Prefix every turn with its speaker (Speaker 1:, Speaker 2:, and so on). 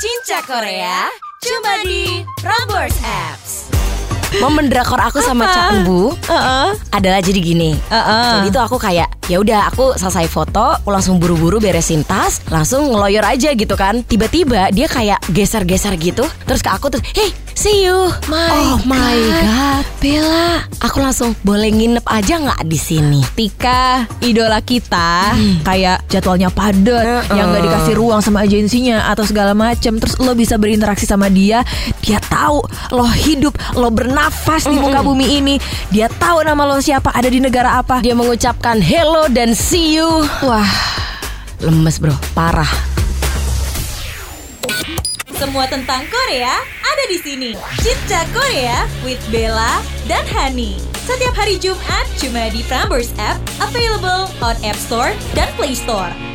Speaker 1: Cinca Korea cuma di Prambors Apps.
Speaker 2: Momen drakor aku sama Cak Bu
Speaker 1: Heeh.
Speaker 2: adalah jadi gini.
Speaker 1: Heeh.
Speaker 2: Jadi tuh aku kayak ya udah aku selesai foto, aku langsung buru-buru beresin tas, langsung ngeloyor aja gitu kan. Tiba-tiba dia kayak geser-geser gitu, terus ke aku terus, "Hey, see you." oh my god, Bella. Aku langsung boleh nginep aja nggak di sini?
Speaker 1: Ketika idola kita kayak jadwalnya padat, yang nggak dikasih ruang sama agensinya atau segala macem, terus lo bisa berinteraksi sama dia, dia tahu lo hidup, lo bernafas di muka bumi ini, dia tahu nama lo siapa, ada di negara apa.
Speaker 2: Dia mengucapkan hello dan see you.
Speaker 1: Wah,
Speaker 2: Lemes, Bro. Parah.
Speaker 1: semua tentang Korea ada di sini. Cinta Korea with Bella dan Hani. Setiap hari Jumat cuma di Prambors App, available on App Store dan Play Store.